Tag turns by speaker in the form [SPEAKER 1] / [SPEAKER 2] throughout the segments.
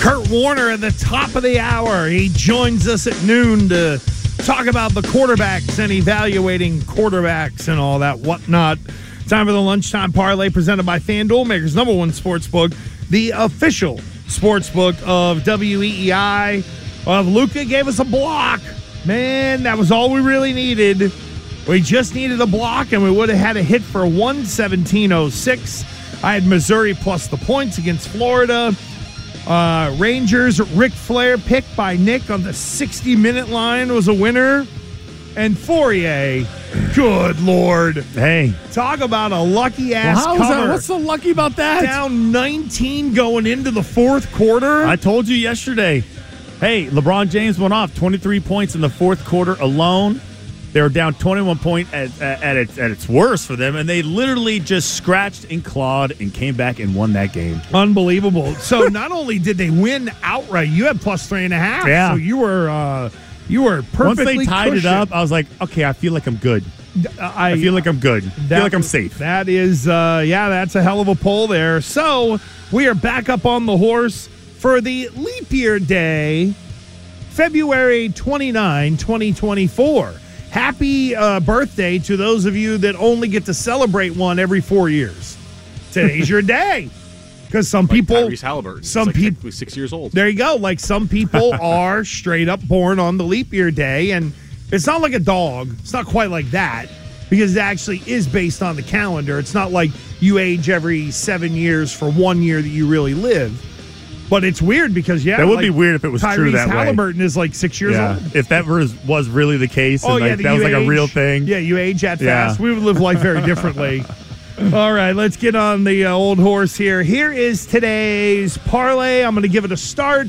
[SPEAKER 1] Kurt Warner at the top of the hour. He joins us at noon to talk about the quarterbacks and evaluating quarterbacks and all that whatnot. Time for the lunchtime parlay presented by FanDuel Makers, number one sportsbook, the official sportsbook of E WEEI. Of Luca gave us a block. Man, that was all we really needed. We just needed a block, and we would have had a hit for 117.06. I had Missouri plus the points against Florida. Uh, Rangers, Ric Flair pick by Nick on the 60 minute line was a winner. And Fourier, good lord.
[SPEAKER 2] Hey.
[SPEAKER 1] Talk about a lucky ass
[SPEAKER 2] How's
[SPEAKER 1] cover.
[SPEAKER 2] that? What's so lucky about that?
[SPEAKER 1] down 19 going into the fourth quarter.
[SPEAKER 2] I told you yesterday. Hey, LeBron James went off 23 points in the fourth quarter alone. They were down 21 point at, at, at its, at its worst for them, and they literally just scratched and clawed and came back and won that game.
[SPEAKER 1] Unbelievable. So not only did they win outright, you had plus three and a half.
[SPEAKER 2] Yeah.
[SPEAKER 1] So you were uh, you were
[SPEAKER 2] Once
[SPEAKER 1] perfectly
[SPEAKER 2] they tied it
[SPEAKER 1] cushioned.
[SPEAKER 2] up, I was like, okay, I feel like I'm good.
[SPEAKER 1] I,
[SPEAKER 2] I feel like I'm good. I feel like I'm safe.
[SPEAKER 1] That is, uh, yeah, that's a hell of a pull there. So we are back up on the horse for the leap year day, February 29, 2024. Happy uh, birthday to those of you that only get to celebrate one every four years. Today's your day. Because some people,
[SPEAKER 3] Tyrese Halliburton. He's,
[SPEAKER 1] some
[SPEAKER 3] like
[SPEAKER 1] people,
[SPEAKER 3] technically six years old.
[SPEAKER 1] there you go. Like some people are straight up born on the leap year day, and it's not like a dog. It's not quite like that because it actually is based on the calendar. It's not like you age every seven years for one year that you really live. But it's weird because yeah,
[SPEAKER 2] That would
[SPEAKER 1] like,
[SPEAKER 2] be weird if it was
[SPEAKER 1] Tyrese
[SPEAKER 2] true that way.
[SPEAKER 1] Halliburton is like six years
[SPEAKER 2] Yeah.
[SPEAKER 1] old. Oh,
[SPEAKER 2] If that was, was really the case, and like,
[SPEAKER 1] that
[SPEAKER 2] that was
[SPEAKER 1] you
[SPEAKER 2] like a real
[SPEAKER 1] age-
[SPEAKER 2] thing.
[SPEAKER 1] E. Yeah, you age that
[SPEAKER 2] Yeah.
[SPEAKER 1] fast. We would live life very differently. All right, let's get on the uh, old horse here. Here is today's parlay. I'm going to give it a start.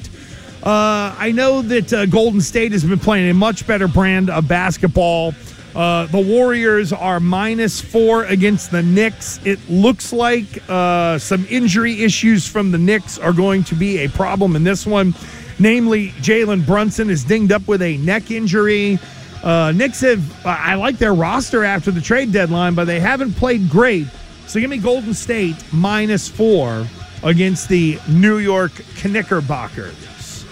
[SPEAKER 1] Uh, I know that uh, Golden State has been playing a much better brand of basketball. Uh, the Warriors are minus four against the Knicks. It looks like uh, some injury issues from the Knicks are going to be a problem in this one. Namely, Jalen Brunson is dinged up with a neck injury. Uh, Knicks have, I I like their roster after the trade deadline, but they haven't played great. So give me Golden State minus four against the New York Knickerbockers.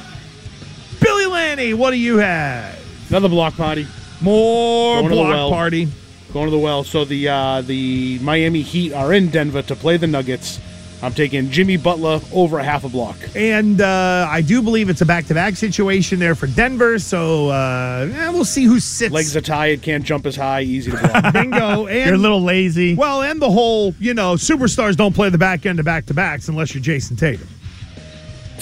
[SPEAKER 1] Billy Lanny, what do you have?
[SPEAKER 4] Another block party.
[SPEAKER 1] More
[SPEAKER 4] Going to the
[SPEAKER 1] block
[SPEAKER 4] well.
[SPEAKER 1] party.
[SPEAKER 4] Going to the well. So the uh, the Miami Heat are in Denver to play the Nuggets. I'm taking Jimmy Butler over a half a block.
[SPEAKER 1] And uh, I do believe it's a back to back situation there for Denver. So uh, eh, we'll see who sits.
[SPEAKER 4] Legs are tired, can't jump as high, easy to block.
[SPEAKER 1] Bingo. And
[SPEAKER 2] You're a little lazy.
[SPEAKER 1] Well, and the whole, you know, superstars don't play the back end of back to backs unless you're Jason Tatum.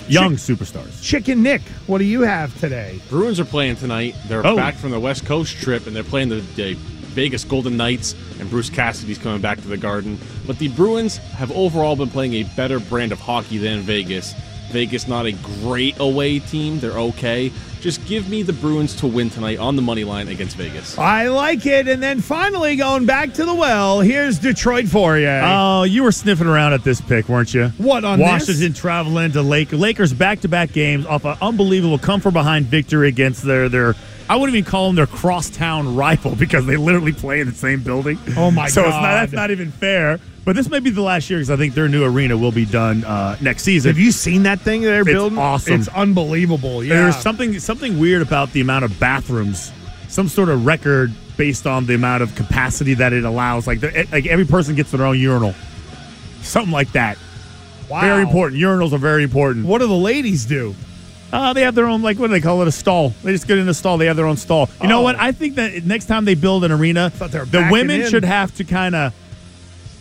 [SPEAKER 2] Young superstars.
[SPEAKER 1] Chicken Nick, what do you have today?
[SPEAKER 3] Bruins are playing tonight. They're
[SPEAKER 2] Oh.
[SPEAKER 3] back from their West Coast trip, and they're playing the, the Vegas Golden Knights. And Bruce Cassidy's coming back to the Garden. But the Bruins have overall been playing a better brand of hockey than Vegas. Vegas not a great away team. They're okay. Just give me the Bruins to win tonight on the money line against Vegas.
[SPEAKER 1] I like it. And then finally going back to the well, here's Detroit for you.
[SPEAKER 2] Oh, you were sniffing around at this pick, weren't you?
[SPEAKER 1] What, on
[SPEAKER 2] Washington traveling to Lake Lakers back to back games off an unbelievable come from behind victory against their their I wouldn't even call them their crosstown rival because they literally play in the same building.
[SPEAKER 1] Oh, my
[SPEAKER 2] so So it's
[SPEAKER 1] God.
[SPEAKER 2] not that's not even fair. But this may be the last year because I think their new arena will be done uh, next season.
[SPEAKER 1] have you seen that thing they're
[SPEAKER 2] It's
[SPEAKER 1] building?
[SPEAKER 2] awesome.
[SPEAKER 1] It's unbelievable. Yeah.
[SPEAKER 2] There's something something weird about the amount of bathrooms, some sort of record based on the amount of capacity that it allows. Like the- like every person gets their own urinal, something like that.
[SPEAKER 1] Wow.
[SPEAKER 2] Very important. Urinals are very important.
[SPEAKER 1] What do the ladies do?
[SPEAKER 2] Uh, they have their own, like, what do they call it? A stall. They just get in a stall. They have their own stall. You know
[SPEAKER 1] Oh.
[SPEAKER 2] what? I think that next time they build an arena,
[SPEAKER 1] Thought they were
[SPEAKER 2] the
[SPEAKER 1] backing
[SPEAKER 2] women
[SPEAKER 1] in.
[SPEAKER 2] should have to kind of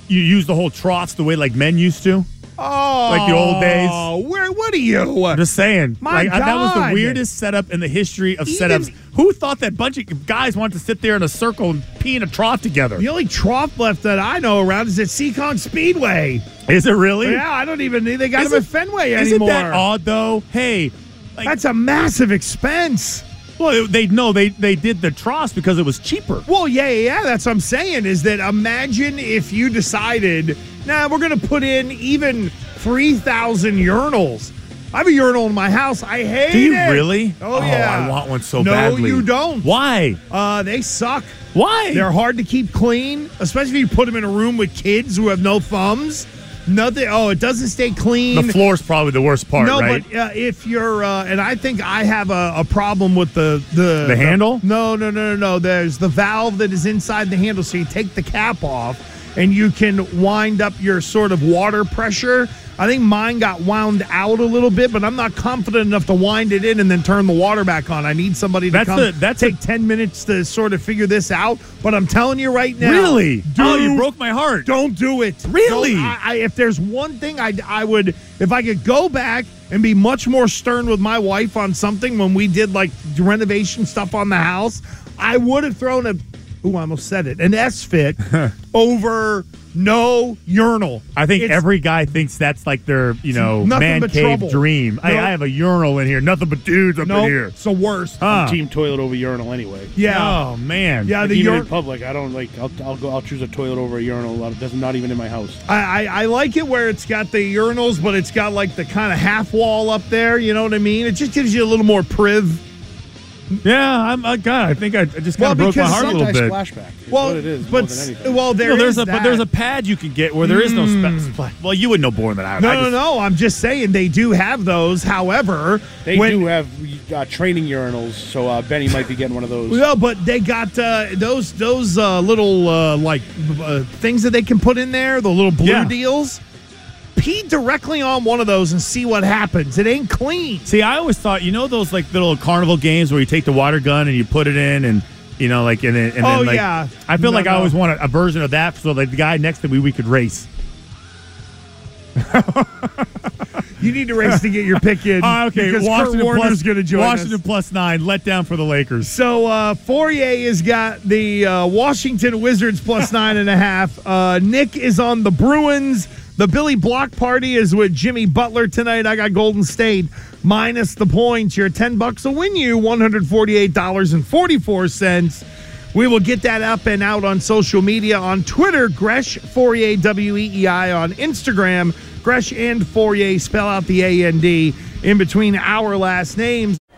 [SPEAKER 2] you use the whole troughs the way like men used to.
[SPEAKER 1] Oh,
[SPEAKER 2] the old days.
[SPEAKER 1] Where? What are you?
[SPEAKER 2] I'm just saying.
[SPEAKER 1] My
[SPEAKER 2] Like, I- that was
[SPEAKER 1] God.
[SPEAKER 2] the weirdest setup in the history of
[SPEAKER 1] Even-
[SPEAKER 2] setups. Who thought that bunch of guys wanted to sit there in a circle and pee in a trough together?
[SPEAKER 1] The only trough left that I know around is at Seacon Speedway.
[SPEAKER 2] Is it really?
[SPEAKER 1] Yeah, I don't even. They got
[SPEAKER 2] Isn't-
[SPEAKER 1] them at Fenway
[SPEAKER 2] Isn't
[SPEAKER 1] anymore.
[SPEAKER 2] that odd though? Hey, like,
[SPEAKER 1] That's a massive expense.
[SPEAKER 2] well, they no, they they did the troughs because it was cheaper.
[SPEAKER 1] Well, yeah, yeah, yeah, that's what I'm saying. Is that imagine if you decided, nah, we're gonna put in even three thousand urinals. I have a urinal in my house. I hate it.
[SPEAKER 2] Do you really?
[SPEAKER 1] Oh, yeah.
[SPEAKER 2] I want one so
[SPEAKER 1] no,
[SPEAKER 2] badly.
[SPEAKER 1] you don't.
[SPEAKER 2] Why?
[SPEAKER 1] Uh, they suck.
[SPEAKER 2] Why?
[SPEAKER 1] They're hard to keep clean, especially if you put them in a room with kids who have no thumbs. Nothing. Oh, it doesn't stay clean.
[SPEAKER 2] the floor's probably the worst part,
[SPEAKER 1] no,
[SPEAKER 2] right?
[SPEAKER 1] but uh, if you're, uh, and I think I have a, a problem with the the
[SPEAKER 2] The handle?
[SPEAKER 1] No, no, no, no, no. There's the valve that is inside the handle, so you take the cap off, and you can wind up your sort of water pressure. I think mine got wound out a little bit, but I'm not confident enough to wind it in and then turn the water back on. I need somebody to
[SPEAKER 2] That's
[SPEAKER 1] come
[SPEAKER 2] a- that's a-
[SPEAKER 1] take ten minutes to sort of figure this out. But I'm telling you right now,
[SPEAKER 2] really?
[SPEAKER 1] do
[SPEAKER 2] Oh, you broke my heart.
[SPEAKER 1] don't do it.
[SPEAKER 2] Really?
[SPEAKER 1] Don't- I, I, if there's one thing I, I would, if I could go back and be much more stern with my wife on something when we did like renovation stuff on the house, I would have thrown a, ooh, I almost said it, an S fit over no urinal.
[SPEAKER 2] I think
[SPEAKER 1] It's-
[SPEAKER 2] every guy thinks that's like their, you know,
[SPEAKER 1] Nothing
[SPEAKER 2] man
[SPEAKER 1] but
[SPEAKER 2] cave
[SPEAKER 1] trouble.
[SPEAKER 2] dream. Hey,
[SPEAKER 1] Nope.
[SPEAKER 2] I have a urinal in here. Nothing but dudes up
[SPEAKER 1] no,
[SPEAKER 2] in here.
[SPEAKER 1] it's the worst.
[SPEAKER 2] Huh.
[SPEAKER 4] Team toilet over urinal anyway.
[SPEAKER 1] Yeah.
[SPEAKER 2] Oh man.
[SPEAKER 1] Yeah,
[SPEAKER 4] Like,
[SPEAKER 1] the
[SPEAKER 4] even
[SPEAKER 1] ur-
[SPEAKER 4] in public, I don't like. I'll, I'll go. I'll choose a toilet over a urinal. a lot. That's not even in my house.
[SPEAKER 1] I, I, I like it where it's got the urinals, but it's got like the kind of half wall up there. You know what I mean? It just gives you a little more priv.
[SPEAKER 2] Yeah. I'm. Uh, God, I think I, I just kind
[SPEAKER 1] Well,
[SPEAKER 2] of broke my
[SPEAKER 1] because
[SPEAKER 2] heart a little bit.
[SPEAKER 4] splashback. Is
[SPEAKER 1] Well,
[SPEAKER 4] what it is.
[SPEAKER 1] but
[SPEAKER 4] more than
[SPEAKER 1] s-
[SPEAKER 4] anything.
[SPEAKER 1] well, there
[SPEAKER 2] No, there's
[SPEAKER 1] is
[SPEAKER 2] a
[SPEAKER 1] that. Mm.
[SPEAKER 2] but there's a pad you can get where there is no spa- splash. Well, you would know more than I.
[SPEAKER 1] No,
[SPEAKER 2] I
[SPEAKER 1] no,
[SPEAKER 2] just-
[SPEAKER 1] no. I'm just saying they do have those. However,
[SPEAKER 4] they
[SPEAKER 1] when-
[SPEAKER 4] do have uh, training urinals, so uh, Benny might be getting one of those.
[SPEAKER 1] No, but they got uh, those those uh, little uh, like uh, things that they can put in there. The little blue
[SPEAKER 2] Yeah.
[SPEAKER 1] deals. Pee directly on one of those and see what happens. It ain't clean.
[SPEAKER 2] See, I always thought you know those like little carnival games where you take the water gun and you put it in and. You know, like and then, and
[SPEAKER 1] Oh,
[SPEAKER 2] then like
[SPEAKER 1] yeah.
[SPEAKER 2] I feel
[SPEAKER 1] No,
[SPEAKER 2] like I
[SPEAKER 1] no.
[SPEAKER 2] always want a, a version of that so like the guy next to me we could race.
[SPEAKER 1] You need to race to get your pick in.
[SPEAKER 2] Ah,
[SPEAKER 1] because Kurt Warner's going to join
[SPEAKER 2] Washington
[SPEAKER 1] us.
[SPEAKER 2] plus nine. Let down for the Lakers.
[SPEAKER 1] So uh, Fourier has got the uh, Washington Wizards plus nine and a half. Uh, Nick is on the Bruins. The Billy Block party is with Jimmy Butler tonight. I got Golden State minus the points. Your ten bucks will win you one hundred forty-eight dollars and forty-four cents. We will get that up and out on social media on Twitter, Gresh Fourier W E E I on Instagram, Gresh and Fourier spell out the A N D in between our last names.